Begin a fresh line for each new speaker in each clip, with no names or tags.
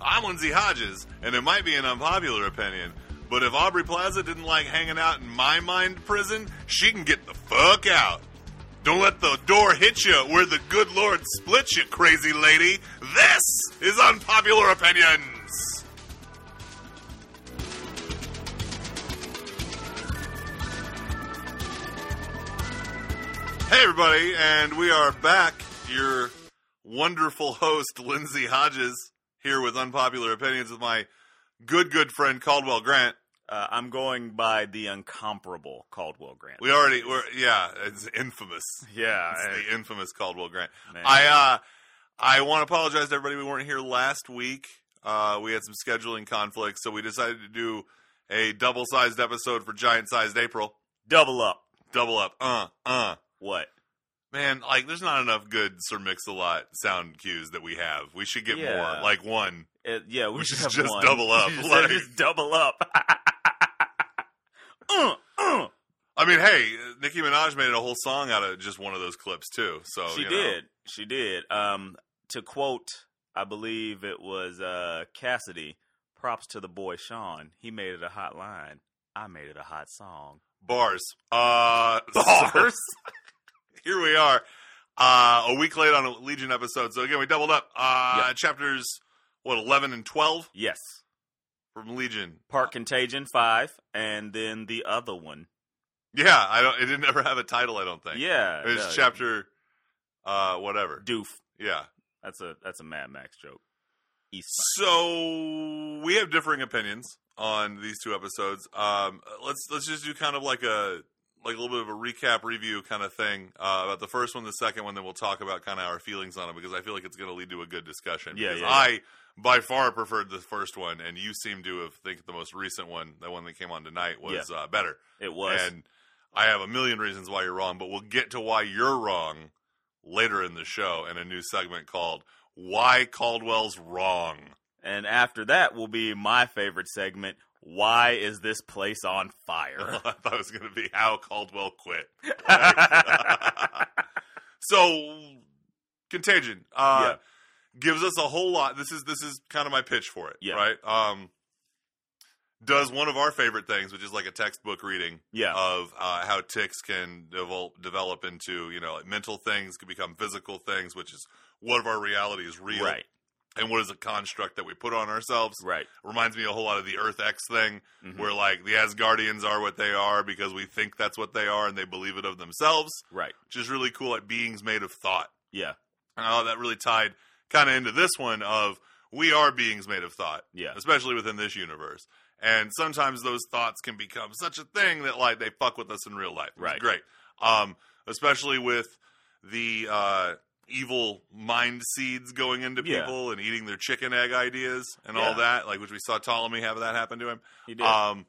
I'm Lindsay Hodges, and it might be an unpopular opinion, but if Aubrey Plaza didn't like hanging out in my mind prison, she can get the fuck out. Don't let the door hit you where the good Lord split you, crazy lady. This is Unpopular Opinions. Hey, everybody, and we are back. Your wonderful host, Lindsay Hodges, here with Unpopular Opinions with my good, good friend Caldwell Grant.
Uh, I'm going by the incomparable Caldwell Grant.
We already, we're, yeah, it's infamous.
yeah,
It's the infamous Caldwell Grant.
Man.
I uh, I want to apologize to everybody. We weren't here last week. Uh, we had some scheduling conflicts, so we decided to do a double-sized episode for giant-sized April.
double up.
Double up. Uh, uh.
What?
Man, like, there's not enough good Sir Mix-a-Lot sound cues that we have. We should get
Yeah.
more. Like one.
It, yeah, we,
We should
have
just
one.
double up,
We should
like-
just double up. uh, uh.
I mean, hey, Nicki Minaj made a whole song out of just one of those clips too. So
she
Oh, you know.
did. She did. Um, to quote, I believe it was uh, Cassidy. Props to the boy Sean. He made it a hot line. I made it a hot song.
Bars. Uh, so- here we are, uh, a week late on a Legion episode. So again, we doubled up. Uh, Chapters what eleven and twelve
yes.
from Legion.
Part Contagion five, and then the other one.
Yeah, I don't. It didn't ever have a title. I don't think.
Yeah,
it was
no,
chapter, uh, whatever.
Doof.
Yeah.
That's a that's a Mad Max joke. East.
So we have differing opinions on these two episodes. Um, let's let's just do kind of like a like a little bit of a recap review kind of thing uh, about the first one, the second one. Then we'll talk about kind of our feelings on it because I feel like it's going to lead to a good discussion.
Yeah,
because
yeah, yeah.
I by far preferred the first one, and you seem to have think the most recent one, the one that came on tonight, was uh, better.
It was.
And I have a million reasons why you're wrong, but we'll get to why you're wrong later in the show in a new segment called "Why Caldwell's Wrong."
And after that will be my favorite segment. Why is this place on
I
fire?
thought it was going to be how Caldwell quit. Like, so, Contagion uh, gives us a whole lot. This is this is kind of my pitch for it,
Yeah.
right? Um, does one of our favorite things, which is like a textbook reading
yeah.
of uh, how ticks can devol- develop into you know like mental things can become physical things, which is what of our reality is real,
right.
and what is a construct that we put on ourselves.
Right.
Reminds me a whole lot of the Earth X thing
Mhm.
where like the Asgardians are what they are because we think that's what they are and they believe it of themselves,
Right.
which is really cool. Like beings made of thought.
Yeah.
Uh, that really tied kind of into this one of we are beings made of thought,
Yeah.
especially within this universe. And sometimes those thoughts can become such a thing that like they fuck with us in real life. It's
Right.
Great. Um, especially with the uh, evil mind seeds going into
Yeah.
people and eating their chicken egg ideas and all
Yeah.
that, like which we saw Ptolemy have that happen to him.
He did.
Um,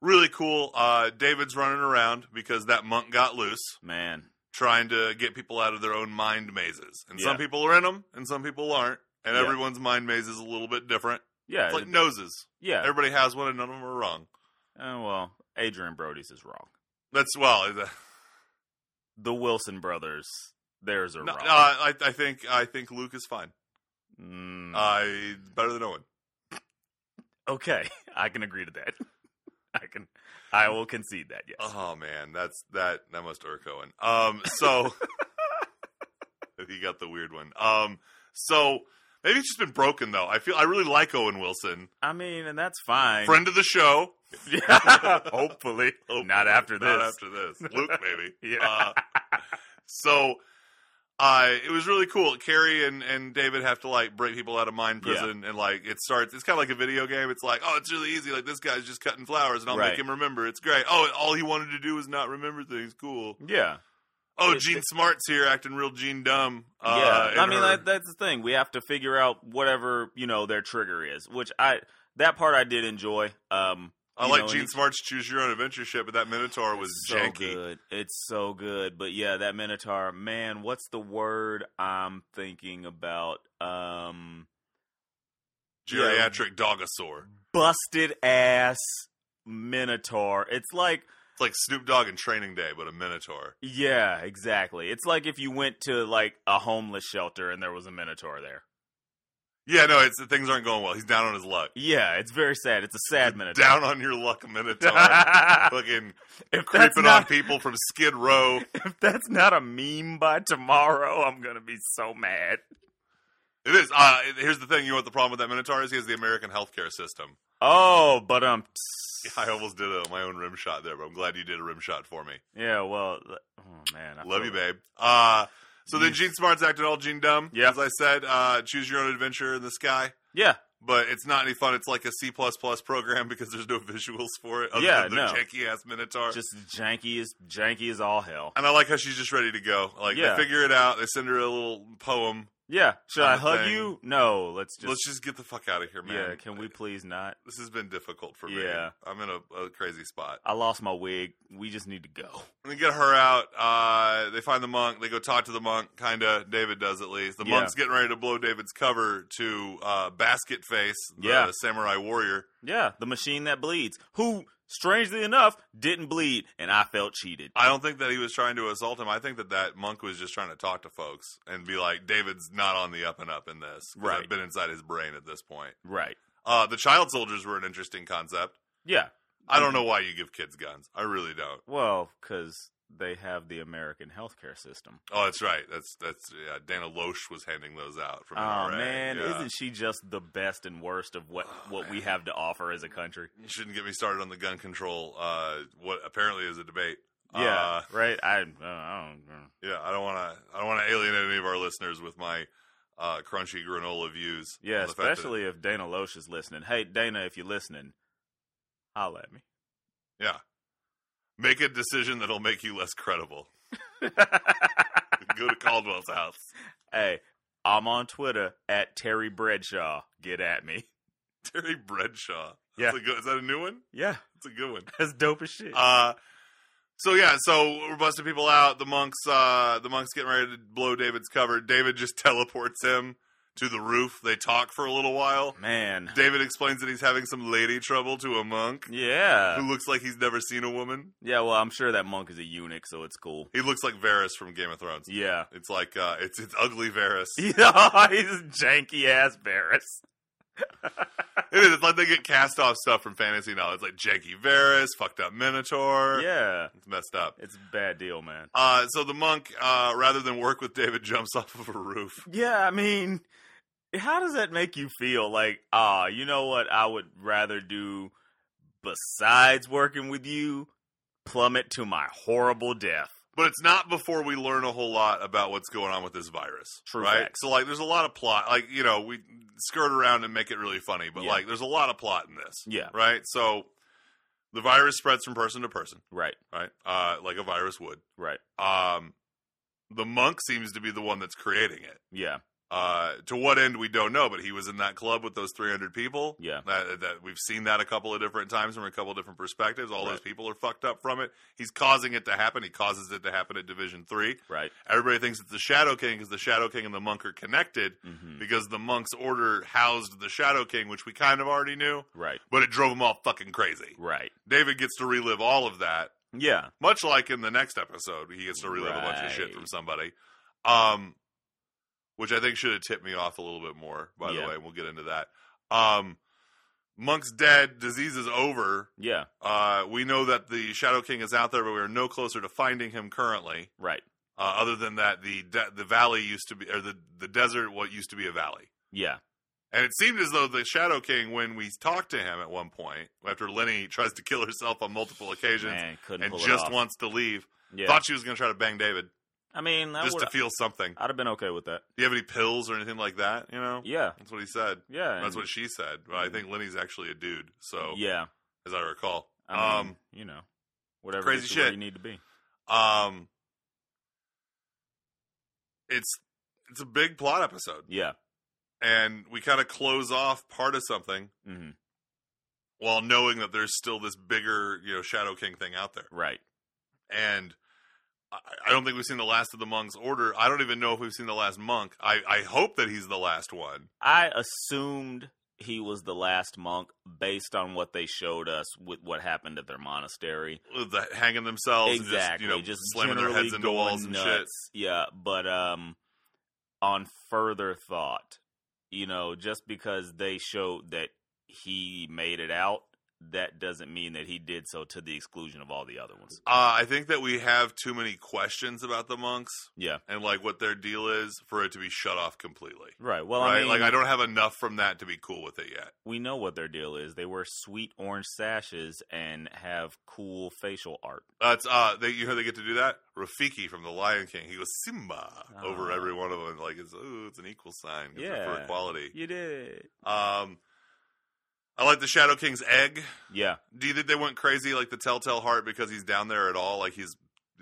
really cool. Uh, David's running around because that monk got loose,
Man.
trying to get people out of their own mind mazes. And some
Yeah.
people are in them, and some people aren't. And
Yeah.
everyone's mind maze is a little bit different.
Yeah.
It's like noses.
yeah.
Everybody has one, and none of them are wrong.
Uh, well, Adrian Brody's is wrong.
That's well. is that-
The Wilson brothers, theirs are
No, uh,
wrong.
I, I think I think Luke is fine.
Mm,
I better than Owen.
okay. I can agree to that. I can. I will concede that. Yes.
Oh man, that's that that must irk Owen. Um, so he got the weird one. Um, so maybe it's just been broken though. I feel I really like Owen Wilson,
I mean, and that's fine.
friend of the show.
Hopefully.
Hopefully,
Not after this.
Not after this, Luke, maybe.
Yeah.
Uh, so. Uh, it was really cool. Carrie and, and David have to like break people out of mind
Yeah.
prison, and like it starts. It's kind of like a video game. It's like, oh, it's really easy. Like this guy's just cutting flowers, and I'll
Right.
make him remember. It's great. Oh, all he wanted to do was not remember things. Cool.
yeah.
Oh,
It-
Gene Smart's here acting real Gene dumb. Uh,
yeah, I
in
mean
her-
that, that's the thing. We have to figure out whatever you know their trigger is, which I that part I did enjoy. Um,
I
you
like
know,
Gene
and
Smart's Choose Your Own Adventure ship, but that Minotaur was
it's so
janky.
good. It's so good, but yeah, that Minotaur man. What's the word I'm thinking about? Um,
Geriatric dogosaur.
busted ass Minotaur. It's like
It's like Snoop Dogg and Training Day, but a Minotaur.
Yeah, exactly. It's like if you went to like a homeless shelter and there was a minotaur there.
Yeah, no, it's things aren't going well. He's down on his luck.
Yeah, it's very sad. It's a sad minotaur.
Down on your luck, Minotaur.
if
Fucking
that's
creeping on
not
people from Skid Row.
if that's not a meme by tomorrow, I'm gonna be so mad.
It is. Uh, here's the thing. You know what the problem with that Minotaur is? He has the American healthcare system.
Oh, but um,
I almost did a, my own rim shot there, but I'm glad you did a rim shot for me.
yeah. Well, oh man, I
Love you,
feel-
babe. Uh, so then Gene Smart's acting all Gene Dumb.
Yeah.
As I said, uh, choose your own adventure in the sky.
Yeah,
But it's not any fun. It's like a C program because there's no visuals for it. Other
Yeah,
than the
no.
janky ass Minotaur.
just janky as janky as all hell.
and I like how she's just ready to go. Like
Yeah.
they figure it out. They send her a little poem.
Yeah. Should I
Kinda
hug
thing.
you? No. Let's just.
Let's just get the fuck out of here, man.
yeah. Can we please not?
This has been difficult for me.
Yeah.
I'm in a, a crazy spot.
I lost my wig. We just need to go.
They get her out. Uh, they find the monk. They go talk to the monk. Kinda. David does at least. The
Yeah.
monk's getting ready to blow David's cover to uh, Basket Face, the
Yeah.
samurai warrior.
Yeah. The machine that bleeds, who strangely enough didn't bleed, and I felt cheated.
I don't think that he was trying to assault him. I think that that monk was just trying to talk to folks and be like, David's not on the up and up in this. 'cause
Right.
I've been inside his brain at this point.
Right.
Uh, the child soldiers were an interesting concept.
Yeah.
I don't know why you give kids guns. I really don't.
Well, because they have the American healthcare system.
Oh, that's right. That's that's yeah. Dana Loesch was handing those out from.
Oh
NRA.
man,
Yeah.
isn't she just the best and worst of what
Oh,
what we
man.
have to offer as a country?
You shouldn't get me started on the gun control. Uh, what apparently is a debate.
Yeah.
Uh,
right. I, I don't. I don't know.
yeah. I don't want to. I don't want to alienate any of our listeners with my uh, crunchy granola views. on
Yeah,
the fact that-
especially if Dana Loesch is listening. Hey, Dana, if you're listening, holla at me.
yeah. Make a decision that'll make you less credible. Go to Caldwell's house.
hey, I'm on Twitter at Terry Bradshaw. Get at me.
Terry Bradshaw.
Yeah.
That's a good, is that a new one?
Yeah,
That's a good one.
that's dope as shit.
Uh, so yeah, so we're busting people out. The monks, uh, the monks getting ready to blow David's cover. David just teleports him to the roof. They talk for a little while.
Man.
David explains that he's having some lady trouble to a monk
Yeah.
who looks like he's never seen a woman.
Yeah, well, I'm sure that monk is a eunuch, so it's cool.
He looks like Varys from Game of Thrones.
Yeah.
It's like uh, it's it's ugly Varys.
He's a janky ass Varys.
It is. It's like they get cast off stuff from fantasy now. It's like janky Varys, fucked up Minotaur.
Yeah.
it's messed up.
It's a bad deal, man.
Uh, so the monk, uh, rather than work with David, jumps off of a roof.
Yeah, I mean, how does that make you feel? Like, ah, you know what I would rather do besides working with you? Plummet to my horrible death.
But it's not before we learn a whole lot about what's going on with this virus,
True
right?
facts.
So like, there's a lot of plot. Like, you know, we skirt around and make it really funny, but
Yeah.
like, there's a lot of plot in this,
Yeah,
right? So the virus spreads from person to person,
right,
right? Uh, like a virus would.
right.
Um, the monk seems to be the one that's creating it.
Yeah,
Uh, to what end we don't know, but he was in that club with those 300 people.
yeah,
That, that we've seen that a couple of different times from a couple of different perspectives. All those
Right.
people are fucked up from it. He's causing it to happen. He causes it to happen at Division Three.
right.
Everybody thinks it's the Shadow King because the Shadow King and the monk are connected
hmm
because the monk's order housed the Shadow King, which we kind of already knew,
Right,
but it drove them all fucking crazy.
right.
David gets to relive all of that,
Yeah,
much like in the next episode, he gets to relive a bunch of shit
Right.
from somebody. Um, which I think should have tipped me off a little bit more, by
Yeah.
the way, and we'll get into that. Um, monk's dead, disease is over.
yeah,
Uh, we know that the Shadow King is out there, but we're no closer to finding him currently.
right.
Uh, other than that, the de- the valley used to be, or the the desert, what used to be a valley,
Yeah,
and it seemed as though the Shadow King, when we talked to him at one point, after Lenny tries to kill herself on multiple occasions
man, couldn't
and
pull it
just
off.
wants to leave,
yeah,
thought she was going to try to bang David
I mean, I
just
would.
to feel something. Do
I'd have been okay with that.
you have any pills or anything like that? You know,
Yeah,
that's what he said.
yeah.
That's
and-
what she said. But I think Lenny's actually a dude, so
Yeah,
as I recall,
I mean,
um,
you know, whatever.
crazy
gets you where
shit.
you need to be.
um, it's it's a big plot episode.
Yeah.
and we kind of close off part of something
hmm
while knowing that there's still this bigger, you know, Shadow King thing out there.
Right.
And I, I don't think we've seen the last of the monk's order. I don't even know if we've seen the last monk. I, I hope that he's the last one.
I assumed he was the last monk based on what they showed us with what happened at their monastery.
With the- hanging themselves, and
exactly.
just, you know, slamming their
generally
heads into
going
walls and shit.
nuts. Yeah, but um, on further thought, you know, just because they showed that he made it out, that doesn't mean that he did so to the exclusion of all the other ones.
Uh, I think that we have too many questions about the monks
Yeah,
and like what their deal is for it to be shut off completely.
right. Well,
right?
I mean,
like I don't have enough from that to be cool with it yet.
we know what their deal is. They wear sweet orange sashes and have cool facial art.
That's uh, they, you know they get to do that. Rafiki from The Lion King, he goes Simba
Ah.
over every one of them. Like it's ooh, it's an equal sign 'cause it's for
Yeah.
equality.
You did.
Um, I like the Shadow King's egg.
Yeah,
Do you think they went crazy like the Telltale Heart because he's down there at all? Like he's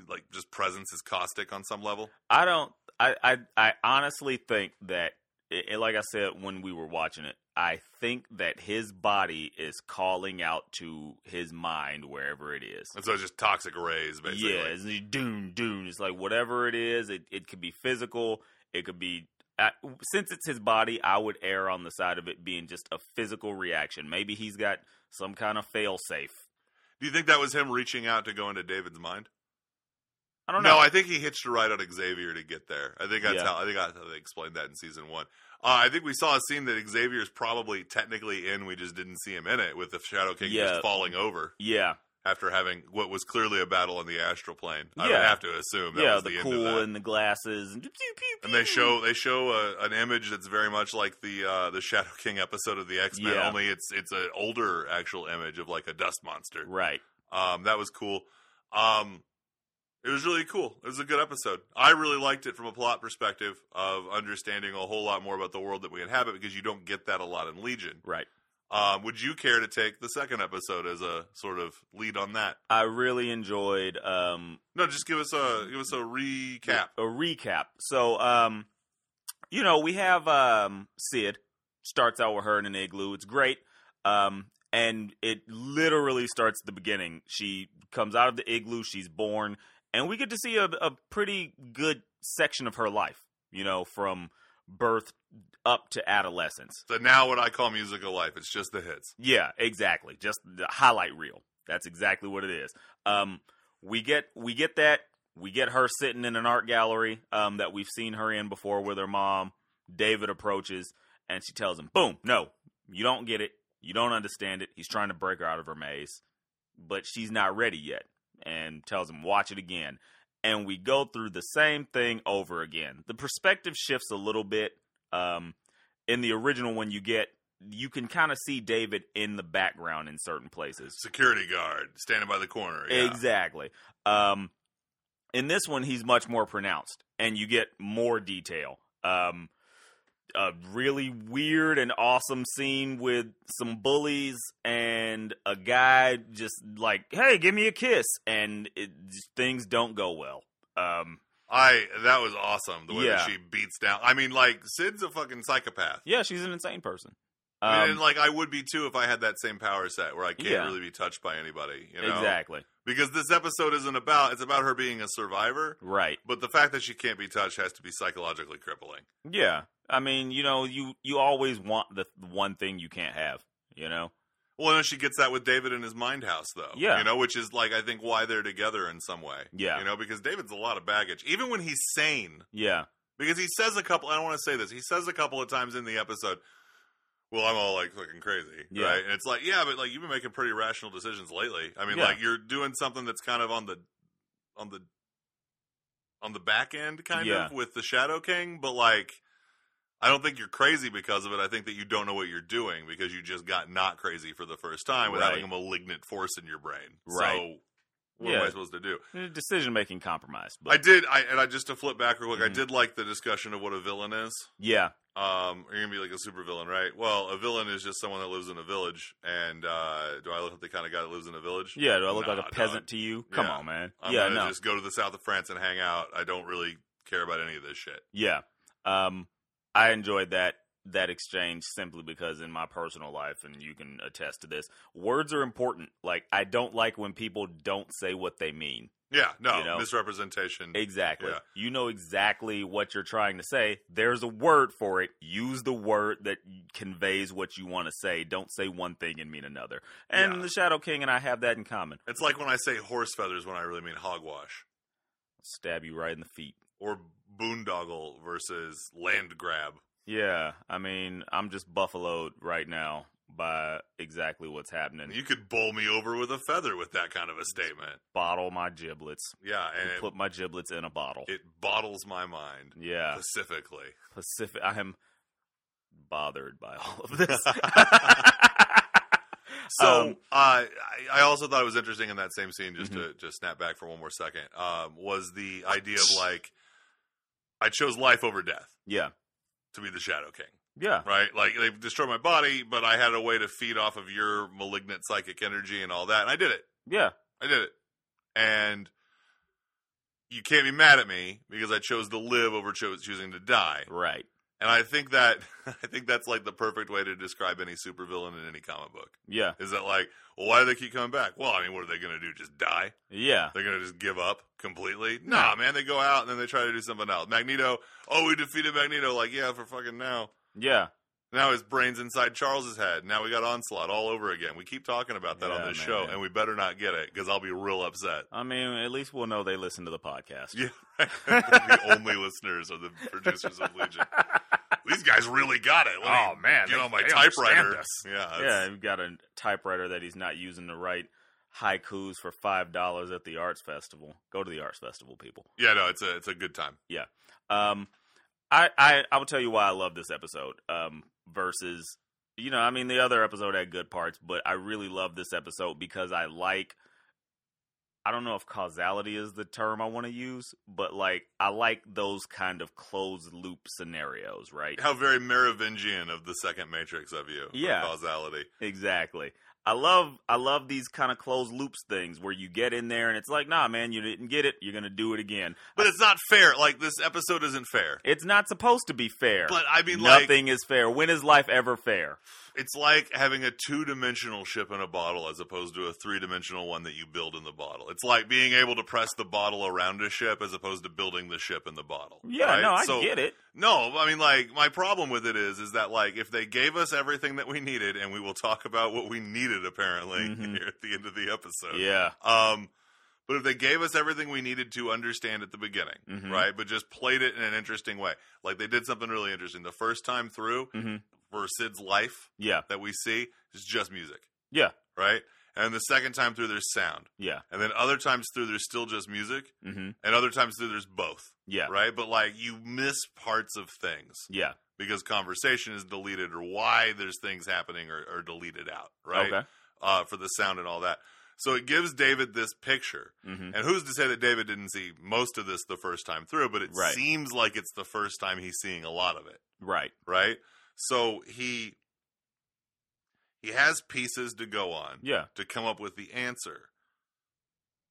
like just presence is caustic on some level.
I don't. I I, I honestly think that, i i- like I said when we were watching it, I think that his body is calling out to his mind wherever it is.
And so it's just toxic rays, basically.
Yeah, it's like, doom, doom. It's like whatever it is. It it could be physical. It could be. I, since it's his body, I would err on the side of it being just a physical reaction. Maybe he's got some kind of fail safe.
Do you think that was him reaching out to go into David's mind?
I don't
No,
know.
I think he hitched a ride on Xavier to get there. I think that's
Yeah.
how I think that's how they explained that in season one. Uh, I think we saw a scene that Xavier's probably technically in. We just didn't see him in it with the Shadow King
Yeah.
just falling over
yeah,
after having what was clearly a battle on the astral plane. I would
Yeah.
have to assume that
yeah.
was
The,
the, end of
cool
that.
and the glasses. And, pew, pew,
And they
pew.
show they show a, an image that's very much like the uh, the Shadow King episode of the X Men.
Yeah.
Only it's it's an older actual image of like a dust monster.
right.
Um, that was cool. Um, it was really cool. It was a good episode. I really liked it from a plot perspective of understanding a whole lot more about the world that we inhabit because you don't get that a lot in Legion.
Right.
Um, would you care to take the second episode as a sort of lead on that?
I really enjoyed um,
No, just give us a give us a recap.
A recap. So, um, you know, we have um, Sid starts out with her in an igloo. It's great, um, and it literally starts at the beginning. She comes out of the igloo. She's born, and we get to see a, a pretty good section of her life. You know, from birth up to adolescence.
So now, what I call musical life, it's just the hits.
Yeah, exactly. Just the highlight reel. That's exactly what it is. Um, we get we get that. We get her sitting in an art gallery um, that we've seen her in before with her mom. David approaches and she tells him, "Boom, no, you don't get it. You don't understand it." He's trying to break her out of her maze, but she's not ready yet, and tells him, "Watch it again." And we go through the same thing over again. The perspective shifts a little bit. Um, in the original one, you get you can kind of see David in the background in certain places.
Security guard standing by the corner. Yeah.
Exactly. Um, in this one, he's much more pronounced, and you get more detail. Um, a really weird and awesome scene with some bullies and a guy just like, "Hey, give me a kiss," and it, things don't go well. Um,
I that was awesome. The way that
Yeah.
she beats down. I mean, like Sid's a fucking psychopath.
yeah, she's an insane person.
I mean,
Um,
and like I would be too if I had that same power set where I can't
Yeah.
really be touched by anybody, you know.
Exactly.
Because this episode isn't about it's about her being a survivor,
Right.
but the fact that she can't be touched has to be psychologically crippling.
Yeah. I mean, you know, you you always want the one thing you can't have. You know.
Well, no, she gets that with David in his mind house though.
Yeah.
You know, which is like I think why they're together in some way.
Yeah.
You know, because David's a lot of baggage. Even when he's sane,
Yeah.
because he says a couple I don't want to say this. He says a couple of times in the episode, "Well, I'm all like fucking crazy."
Yeah.
Right? And it's like, "Yeah, but like you've been making pretty rational decisions lately. I mean,
Yeah.
like you're doing something that's kind of on the on the on the back end kind
Yeah.
of with the Shadow King, but like I don't think you're crazy because of it. I think that you don't know what you're doing because you just got not crazy for the first time with
Right.
having a malignant force in your brain.
Right.
So what am I
Yeah.
supposed to do?
decision making compromise. But
I did I and I just to flip back real quick, I
Mhm.
did like the discussion of what a villain is
yeah,
um, you're gonna be like a supervillain, right? Well, a villain is just someone that lives in a village. And uh, do I look like the kind of guy that lives in a village?
yeah. Do I look
Nah,
like a
dog.
peasant to you? Come
Yeah.
on, man.
I'm
yeah,
gonna
no,
just go to the south of France and hang out. I don't really care about any of this shit.
yeah. Um, I enjoyed that that exchange simply because in my personal life, and you can attest to this, words are important. Like I don't like when people don't say what they mean.
Yeah, no,
You know?
misrepresentation.
Exactly.
Yeah.
You know exactly what you're trying to say. There's a word for it. Use the word that conveys what you want to say. Don't say one thing and mean another. And
Yeah.
the Shadow King and I have that in common.
It's like when I say horse feathers when I really mean hogwash
Stab you right in the feet.
or boondoggle versus land grab.
Yeah, I mean, I'm just buffaloed right now by exactly what's happening.
And you could bowl me over with a feather with that kind of a statement.
bottle my giblets.
Yeah,
You
and
put my giblets in a bottle.
it, it bottles my mind
yeah,
specifically.
Pacific. I am bothered by all of this.
So
Um,
uh, I, I also thought it was interesting in that same scene, just to just snap back for one more second, um, was the idea of like I chose life over death
yeah,
to be the Shadow King,
yeah,
right? Like they've destroyed my body, but I had a way to feed off of your malignant psychic energy and all that, and I did it.
yeah.
I did it, and you can't be mad at me because I chose to live over cho- choosing to die.
Right.
And I think that I think that's like the perfect way to describe any supervillain in any comic book.
Yeah,
Is that like, well, why do they keep coming back? Well, I mean, what are they going to do? Just die?
yeah,
They're going to just give up completely? Nah, man. They go out and then they try to do something else. Magneto, oh, we defeated Magneto. Like, yeah, for fucking now.
yeah.
Now his brain's inside Charles's head. Now we got Onslaught all over again. We keep talking about that
Yeah,
on this
man.
show, and we better not get it because I'll be real upset.
I mean, at least we'll know they listen to the podcast.
Yeah. the only listeners are the producers of Legion. These guys really got it. Let me
Oh, man,
Get
they-
on my
they understand
typewriter.
us.
Yeah.
yeah.
it's-
We've got a typewriter that he's not using to write haikus for five dollars at the arts festival. Go to the arts festival, people.
Yeah, no, it's a, it's a good time.
Um, I, I I will tell you why I love this episode. Um, versus you know, I mean, the other episode had good parts, but I really love this episode because I like. I don't know if causality is the term I want to use, but like I like those kind of closed loop scenarios, right?
How very Merovingian of the second Matrix of you. for
Yeah.
Causality.
Exactly. I love I love these kind of closed loops things where you get in there and it's like, nah, man, you didn't get it. You're gonna do it again.
But it's not fair. Like, this episode isn't fair.
It's not supposed to be fair.
But I mean, like,
Nothing is fair. When is life ever fair?
it's like having a two dimensional ship in a bottle as opposed to a three dimensional one that you build in the bottle. It's like being able to press the bottle around a ship as opposed to building the ship in the bottle.
Yeah,
right?
no, I
so,
get it.
No, I mean, like, my problem with it is, is that, like, if they gave us everything that we needed, and we will talk about what we needed, apparently,
Mhm.
here at the end of the episode.
Yeah.
Um, but if they gave us everything we needed to understand at the beginning,
Mhm.
right? But just played it in an interesting way. Like they did something really interesting the first time through
Mhm.
for Sid's life
Yeah.
that we see is just music.
Yeah.
Right? And the second time through, there's sound.
Yeah.
And then other times through, there's still just music.
Mm-hmm.
And other times through, there's both.
Yeah.
Right? But like you miss parts of things
Yeah.
because conversation is deleted or why there's things happening or, or deleted out. Right?
Okay.
Uh, for the sound and all that. So it gives David this picture.
Mm-hmm.
And who's to say that David didn't see most of this the first time through, but it
Right.
seems like it's the first time he's seeing a lot of it,
Right.
right? So he he has pieces to go on
Yeah.
to come up with the answer.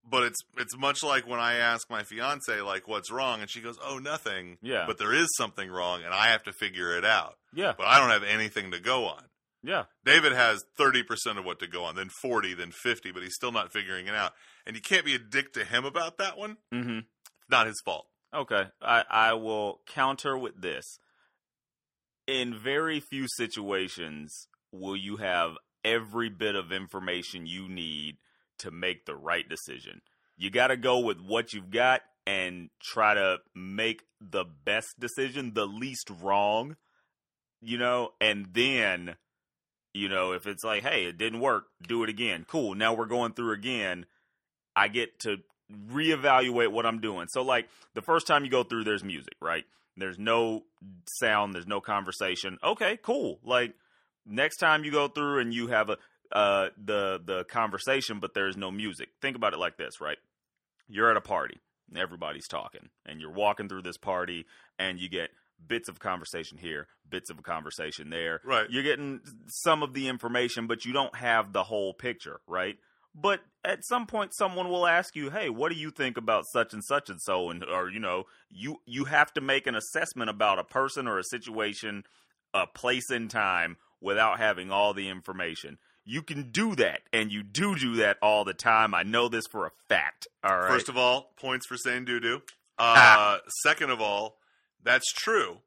But it's it's much like when I ask my fiance like what's wrong and she goes, "Oh, nothing."
Yeah.
But there is something wrong and I have to figure it out.
yeah.
But I don't have anything to go on.
Yeah.
David has 30% of what to go on, then 40, then 50, but he's still not figuring it out. And you can't be a dick to him about that one.
Mm-hmm.
Not his fault.
Okay. I, I will counter with this. In very few situations will you have every bit of information you need to make the right decision. You got to go with what you've got and try to make the best decision, the least wrong, you know, and then, you know, if it's like, hey, it didn't work, do it again. Cool. Now we're going through again. I get to reevaluate what I'm doing. So, like, the first time you go through, there's music, right? There's no sound, there's no conversation. Okay, cool. Like, next time you go through and you have a uh the the conversation but there's no music think about it like this right you're at a party and everybody's talking and you're walking through this party and you get bits of conversation here bits of a conversation there
Right.
you're getting some of the information but you don't have the whole picture right but at some point someone will ask you hey what do you think about such and such and so and or you know you you have to make an assessment about a person or a situation a place in time without having all the information You can do that, and you do do that all the time. I know this for a fact. All right.
First of all, points for saying doo doo. Uh, second of all, that's true.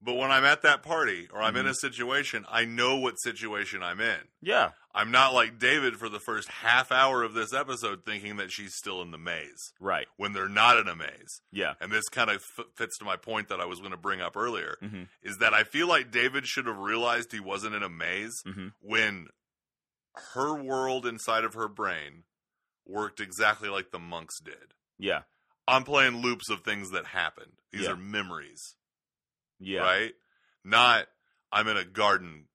But when I'm at that party or I'm in
Mhm.
a situation, I know what situation I'm in.
yeah.
I'm not like David for the first half hour of this episode thinking that she's still in the maze
Right.
when they're not in a maze.
Yeah.
And this kind of f- fits to my point that I was going to bring up earlier
Mhm.
is that I feel like David should have realized he wasn't in a maze
Mhm.
when her world inside of her brain worked exactly like the monks did.
Yeah.
I'm playing loops of things that happened. These
Yeah.
are memories,
Yeah.
right? Not I'm in a garden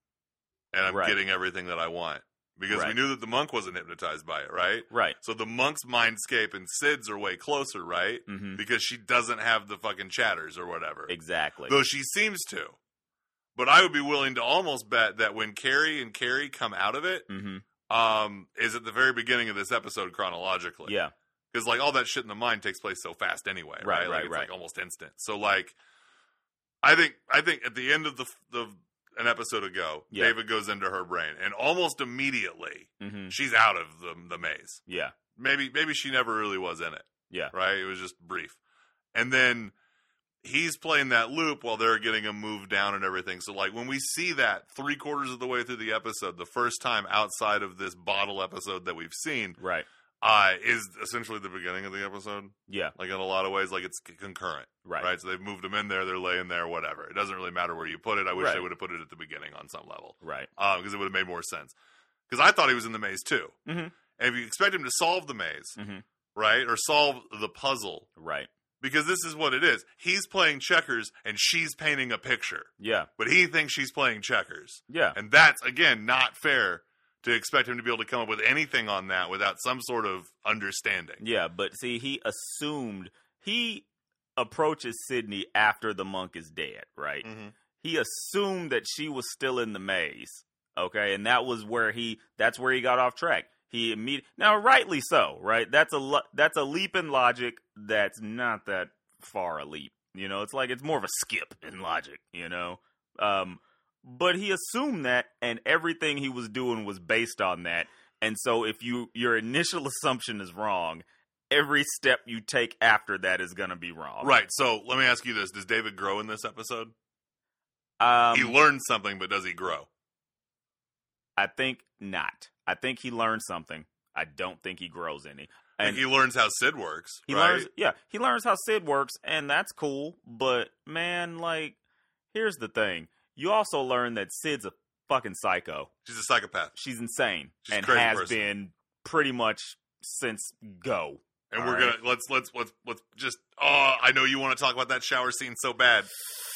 and I'm
Right.
getting everything that I want because we
Right.
knew that the monk wasn't hypnotized by it, right?
Right.
So the monk's mindscape and Sid's are way closer, right?
hmm
Because she doesn't have the fucking chatters or whatever.
Exactly.
Though she seems to. But I would be willing to almost bet that when Carrie and Carrie come out of it,
hmm
um, is at the very beginning of this episode chronologically.
Yeah.
Because like all that shit in the mind takes place so fast anyway, right?
Right,
like
right,
it's
right.
like almost instant. So like, I think I think at the end of the the an episode ago,
Yeah.
David goes into her brain, and almost immediately
hmm
she's out of the the maze.
Yeah.
Maybe maybe she never really was in it.
Yeah.
right. It was just brief, and then he's playing that loop while they're getting a move down and everything. So like when we see that three quarters of the way through the episode, the first time outside of this bottle episode that we've seen,
Right.
uh, is essentially the beginning of the episode.
Yeah.
Like in a lot of ways, like it's c- concurrent,
Right.
right? So they've moved them in there, they're laying there, whatever. It doesn't really matter where you put it. I wish
Right.
they would have put it at the beginning on some level
Right.
because it would have made more sense. Because I thought he was in the maze too.
Mhm.
And if you expect him to solve the maze,
Mhm.
right, or solve the puzzle,
Right.
because this is what it is. He's playing checkers and she's painting a picture,
Yeah.
but he thinks she's playing checkers.
Yeah.
And that's, again, not fair to expect him to be able to come up with anything on that without some sort of understanding.
Yeah, but see, he assumed he approaches Sydney after the monk is dead, right?
Mhm.
He assumed that she was still in the maze. Okay, and that was where he that's where he got off track. He immediately now rightly so, right? That's a lo- that's a leap in logic that's not that far a leap. You know, it's like it's more of a skip in logic, you know. Um but he assumed that and everything he was doing was based on that. And so if you your initial assumption is wrong, every step you take after that is going to be wrong.
Right. So let me ask you this: Does David grow in this episode?
Um
he learns something, but does he grow?
I think not. I think he learned something. I don't think he grows any.
And
And
he learns how Sid works.
He
right?
learns, yeah, he learns how Sid works, and that's cool. But man, like, here's the thing: you also learn that Sid's a fucking psycho.
She's a psychopath,
She's insane
She's a
and
crazy
has
person.
been pretty much since go.
and
All
we're
right.
gonna let's let's let's let's just. Oh, I know you want to talk about that shower scene so bad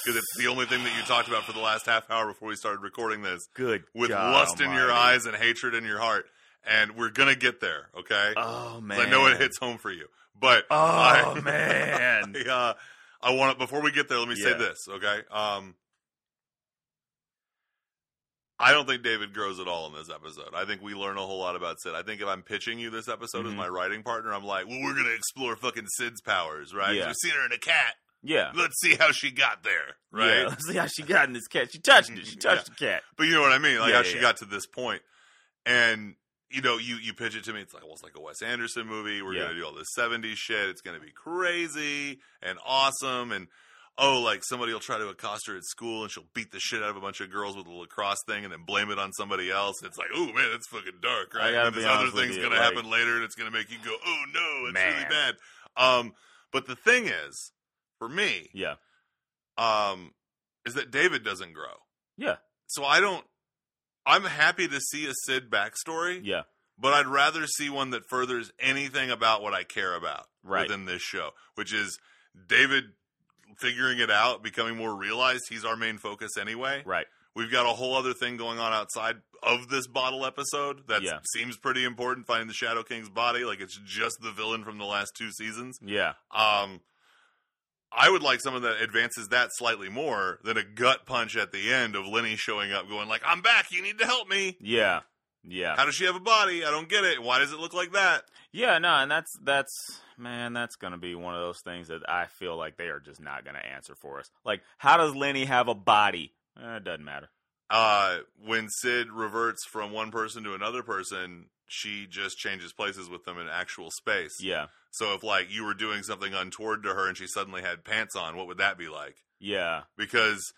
because it's the only thing that you talked about for the last half hour before we started recording this.
Good
With
God
lust in your
Almighty.
eyes and hatred in your heart, and we're gonna get there. Okay,
Oh
'Cause
man,
I know it hits home for you, but
Oh
I-
man,
I, uh, I want to, before we get there, let me say
Yeah.
this, okay? Um, I don't think David grows at all in this episode. I think we learn a whole lot about Sid. I think if I'm pitching you this episode as
Mhm.
my writing partner, I'm like, well, we're going to explore fucking Sid's powers, right? 'Cause
Yeah.
We've seen her in a cat.
yeah.
Let's see how she got there, right?
Yeah, let's see how she got in this cat. She touched it. She touched the cat.
But you know what I mean? Like
Yeah,
how
yeah,
she
yeah.
got to this point. And you know, you you pitch it to me, it's like almost like a Wes Anderson movie. We're
Yeah.
gonna do all this 70s shit, it's gonna be crazy and awesome and oh, like somebody will try to accost her at school and she'll beat the shit out of a bunch of girls with a lacrosse thing and then blame it on somebody else. It's like, oh man, that's fucking dark,
I
right?
gotta
And this
be
other
honest with
thing's
you,
gonna
like-
happen later and it's gonna make you go, Oh no, it's really
Man.
bad. Um but the thing is, for me,
Yeah,
um, is that David doesn't grow.
Yeah.
So I don't. I'm happy to see a Sid backstory,
yeah,
but I'd rather see one that furthers anything about what I care about
Right.
within this show, which is David figuring it out, becoming more realized. He's our main focus anyway.
right.
We've got a whole other thing going on outside of this bottle episode that
Yeah.
seems pretty important. Finding the Shadow King's body, like it's just the villain from the last two seasons.
Yeah,
Um, I would like someone that advances that slightly more than a gut punch at the end of Lenny showing up, going like, "I'm back. You need to help me.
yeah, yeah.
How does she have a body? I don't get it. Why does it look like that?"
Yeah, no, and that's that's man, that's gonna be one of those things that I feel like they are just not gonna answer for us. Like, how does Lenny have a body? Eh, it doesn't matter.
uh, when Sid reverts from one person to another person, she just changes places with them in actual space.
Yeah.
So if like you were doing something untoward to her and she suddenly had pants on, what would that be like?
Yeah.
Because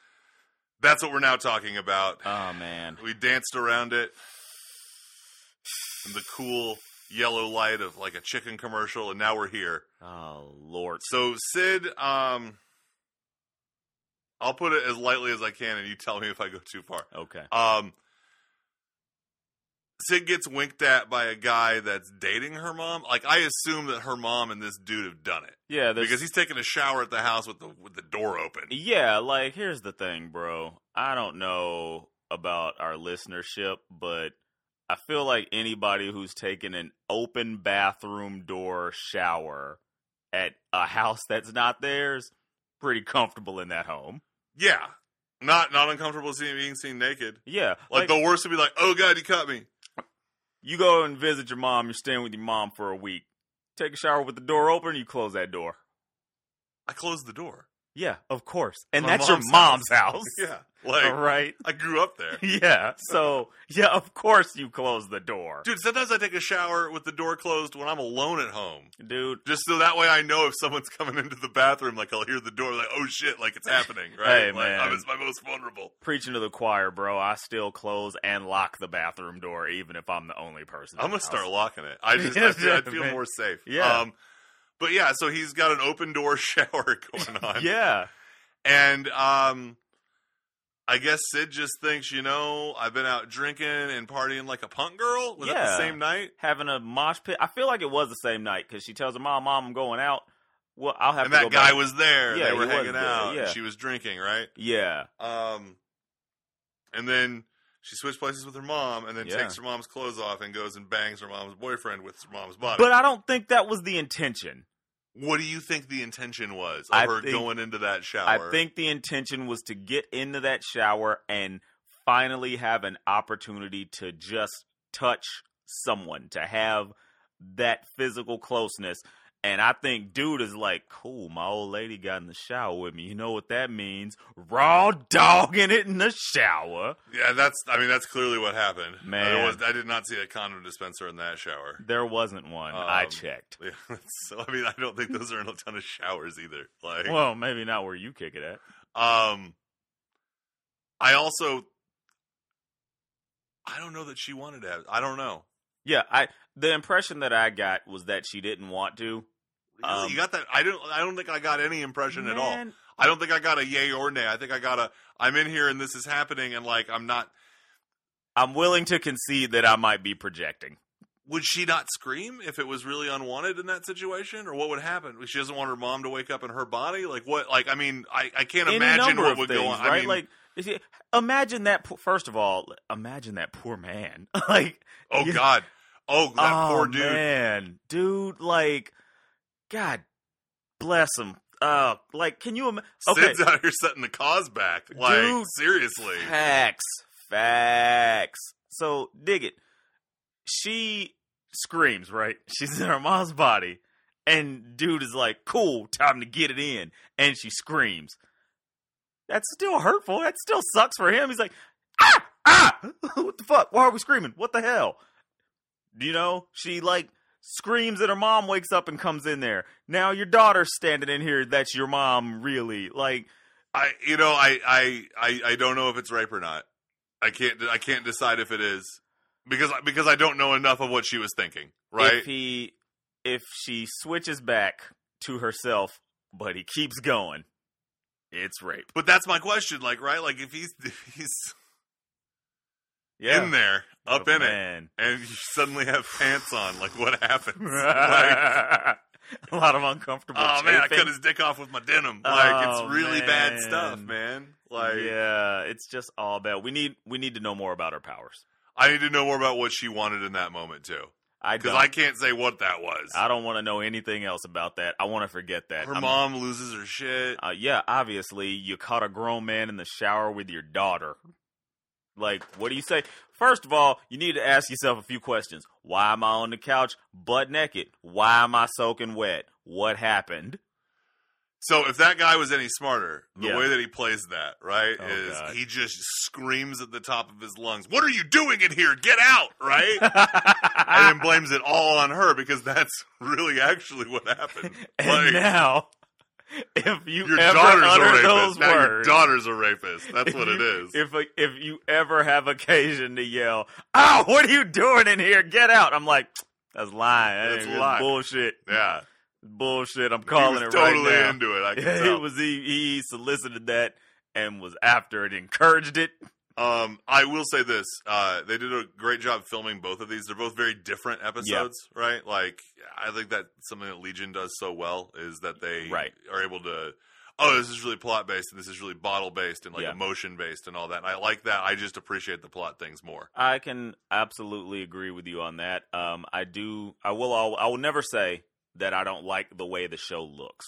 that's what we're now talking about.
Oh man.
We danced around it in the cool yellow light of like a chicken commercial, and now we're here.
Oh lord.
So Sid, um, I'll put it as lightly as I can, and you tell me if I go too far.
Okay.
Um, Sid gets winked at by a guy that's dating her mom. Like I assume that her mom and this dude have done it
Yeah. There's,
because he's taking a shower at the house with the with the door open.
Yeah, like here's the thing, bro. I don't know about our listenership, but I feel like anybody who's taken an open bathroom door shower at a house that's not theirs, pretty comfortable in that home.
Yeah, not not uncomfortable seeing being seen naked.
Yeah,
Like, the worst would be like, oh god, you cut me.
you go and visit your mom. You're staying with your mom for a week. Take a shower with the door open. You close that door.
I closed the door.
Yeah, of course. And
My
that's your
mom's
mom's house.
Yeah, like
All right.
I grew up there.
Yeah. So yeah, of course you close the door.
Dude, sometimes I take a shower with the door closed when I'm alone at home.
Dude,
Just so that way I know if someone's coming into the bathroom, like I'll hear the door, like, oh shit, like it's happening, right?
Hey,
like,
man.
I'm it's my most vulnerable.
preaching to the choir, bro. I still close and lock the bathroom door, even if I'm the only person.
I'm
in the
gonna start
house.
locking it. I just I feel, I'd feel more safe.
Yeah.
Um, but yeah, so he's got an open door shower going on.
Yeah,
And um, I guess Sid just thinks, you know, I've been out drinking and partying like a punk girl. Was that the
Yeah.
same night?
having a mosh pit. I feel like it was the same night because she tells her mom, "Mom, I'm going out." Well, I'll have
And
to
that
go
guy
back.
was there.
Yeah,
they were
he was
hanging
there,
out. and
yeah.
she was drinking, right?
Yeah,
Um, and then she switched places with her mom, and then
Yeah.
takes her mom's clothes off and goes and bangs her mom's boyfriend with her mom's body.
but I don't think that was the intention.
what do you think the intention was of
I
her
think-
going into that shower?
I think the intention was to get into that shower and finally have an opportunity to just touch someone, to have that physical closeness. And I think dude is like, cool, my old lady got in the shower with me. You know what that means? Raw dogging it in the shower.
Yeah, that's. I mean, that's clearly what happened.
Man.
I, was, I did not see a condom dispenser in that shower.
There wasn't one. I
Um,
checked.
Yeah, that's- so I mean, I don't think those are in a ton of showers either. Like,
Well, maybe not where you kick it at.
um, I also, I don't know that she wanted to. Have, I don't know.
Yeah, I the impression that I got was that she didn't want to. Um,
you got that? I don't. I don't think I got any impression at all.
Man,
I don't think I got a yay or nay. I think I got a. I'm in here and this is happening, and like I'm not.
I'm willing to concede that I might be projecting.
Would she not scream if it was really unwanted in that situation, or what would happen? She doesn't want her mom to wake up in her body. Like what? Like I mean, I, I can't
Any
imagine
number
what
of
would go
things,
on.
right?
I mean,
like, if you- imagine that. po- First of all, imagine that poor man. like,
oh
yeah.
god, oh that
oh,
poor dude.
man, dude. Like, God bless him. Uh, like, can you imagine? Okay,
Sid's out here setting the cause back. Like
Dude.
seriously,
facts, facts. So dig it. She screams, right? She's in her mom's body, and dude is like, "Cool, time to get it in," and she screams. That's still hurtful. That still sucks for him. He's like, ah, ah, what the fuck? Why are we screaming? What the hell? You know, she like screams and her mom wakes up and comes in there. Now your daughter's standing in here. That's your mom, really. Like,
I you know I, I I I don't know if it's rape or not. I can't I can't decide if it is because because I don't know enough of what she was thinking. Right?
if he if she switches back to herself but he keeps going it's rape
but that's my question. Like right? Like if he's if he's in there
Oh,
up in it and you suddenly have pants on, like what happens? like,
a lot of uncomfortable
oh man, I cut
chafing.
his dick off with my denim. Like
Oh,
it's really bad
man.
stuff, man. Like
yeah it's just all bad we need we need to know more about her powers
I need to know more about what she wanted in that moment too,
i
because
don't
I
I,
can't say what that was.
don't want to know anything else about that i want to forget that
Her
I'm-
mom loses her shit.
uh, yeah obviously you caught a grown man in the shower with your daughter like what do you say first of all you need to ask yourself a few questions why am i on the couch butt naked why am i soaking wet what happened
So if that guy was any smarter, the
Yeah.
way that he plays that, right,
Oh,
is
God.
he just screams at the top of his lungs, "What are you doing in here? Get out!" Right, and then blames it all on her because that's really actually what happened.
and
Like,
now, if you
your
ever
daughter's a
utter
rapist.
those
now your
words,
daughter's a rapist. That's what it is.
If if you ever have occasion to yell, "Oh, what are you doing in here? Get out!" I'm like, that's lying. That
That's
ain't- that's
lying.
bullshit.
yeah,
Bullshit. I'm calling
he was
it right
totally
now.
into it. I can
Yeah, he
tell.
was he, he solicited that and was after it, encouraged it.
Um, I will say this: uh, they did a great job filming both of these. They're both very different episodes, right? Like, I think that something that Legion does so well is that they
Right.
are able to. Oh, this is really plot based, and this is really bottle based, and like
Yeah.
emotion based, and all that. And I like that. I just appreciate the plot things more.
I can absolutely agree with you on that. Um, I do. I will. All, I will never say that I don't like the way the show looks.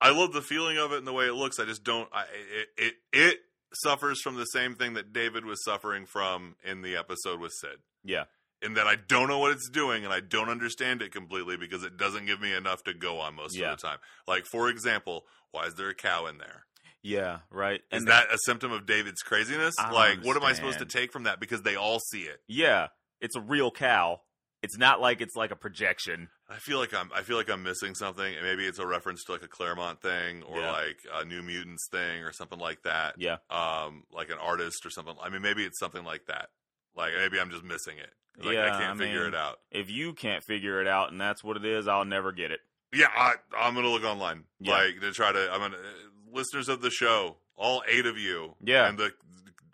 I love the feeling of it and the way it looks. I just don't. I, it, it it suffers from the same thing that David was suffering from in the episode with Sid.
Yeah.
In that I don't know what it's doing and I don't understand it completely because it doesn't give me enough to go on most
Yeah.
of the time. Like for example, why is there a cow in there?
Yeah. Right.
Is that a symptom of David's craziness?
I
like what am I supposed to
understand.
take from that? Because they all see it.
Yeah. It's a real cow. It's not like it's like a projection.
I feel like I'm I feel like I'm missing something, and maybe it's a reference to like a Claremont thing or
Yeah.
like a New Mutants thing or something like that.
Yeah.
um, like an artist or something. I mean, maybe it's something like that. Like maybe I'm just missing it. Like
Yeah,
I can't
I
figure it
mean-
out.
If you can't figure it out and that's what it is, I'll never get it.
Yeah, I, I'm gonna look online,
Yeah.
like to try to. I'm gonna uh, listeners of the show, all eight of you,
Yeah.
and the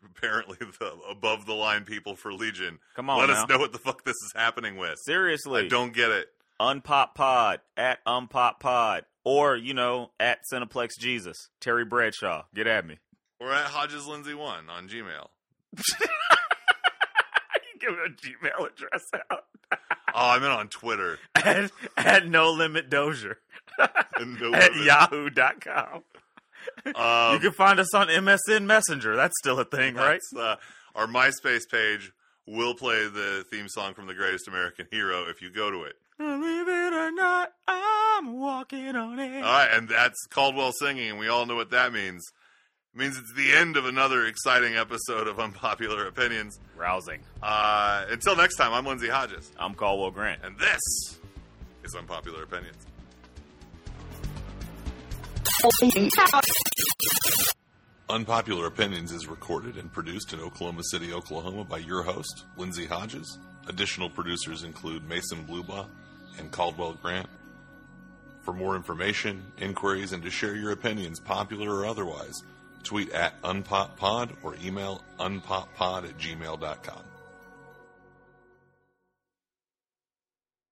apparently the above the line people for Legion.
Come on.
let
now.
us know what the fuck this is happening with. I
Seriously.
don't get it.
Unpop Pod at Unpop Pod or, you know, at Cineplex Jesus, Terry Bradshaw. Get at me.
Or at Hodges Lindsay one on Gmail.
you give a Gmail address out.
Oh, I'm in on Twitter.
At, at No Limit Dozier
And no
at
limit.
yahoo.com. you
Um,
can find us on MSN Messenger. That's still a thing, right?
That's, uh, our MySpace page will play the theme song from The Greatest American Hero if you go to it.
Believe it or not, I'm walking on it.
All right, and that's Caldwell singing, and we all know what that means. It means it's the end of another exciting episode of Unpopular Opinions.
Rousing.
Uh, until next time, I'm Lindsay Hodges,
I'm Caldwell Grant.
and this is Unpopular Opinions. Unpopular Opinions is recorded and produced in Oklahoma City, Oklahoma by your host, Lindsay Hodges. Additional producers include Mason Bluba and Caldwell Grant. For more information, inquiries, and to share your opinions, popular or otherwise, tweet at UnpopPod or email unpoppod at gmail.com.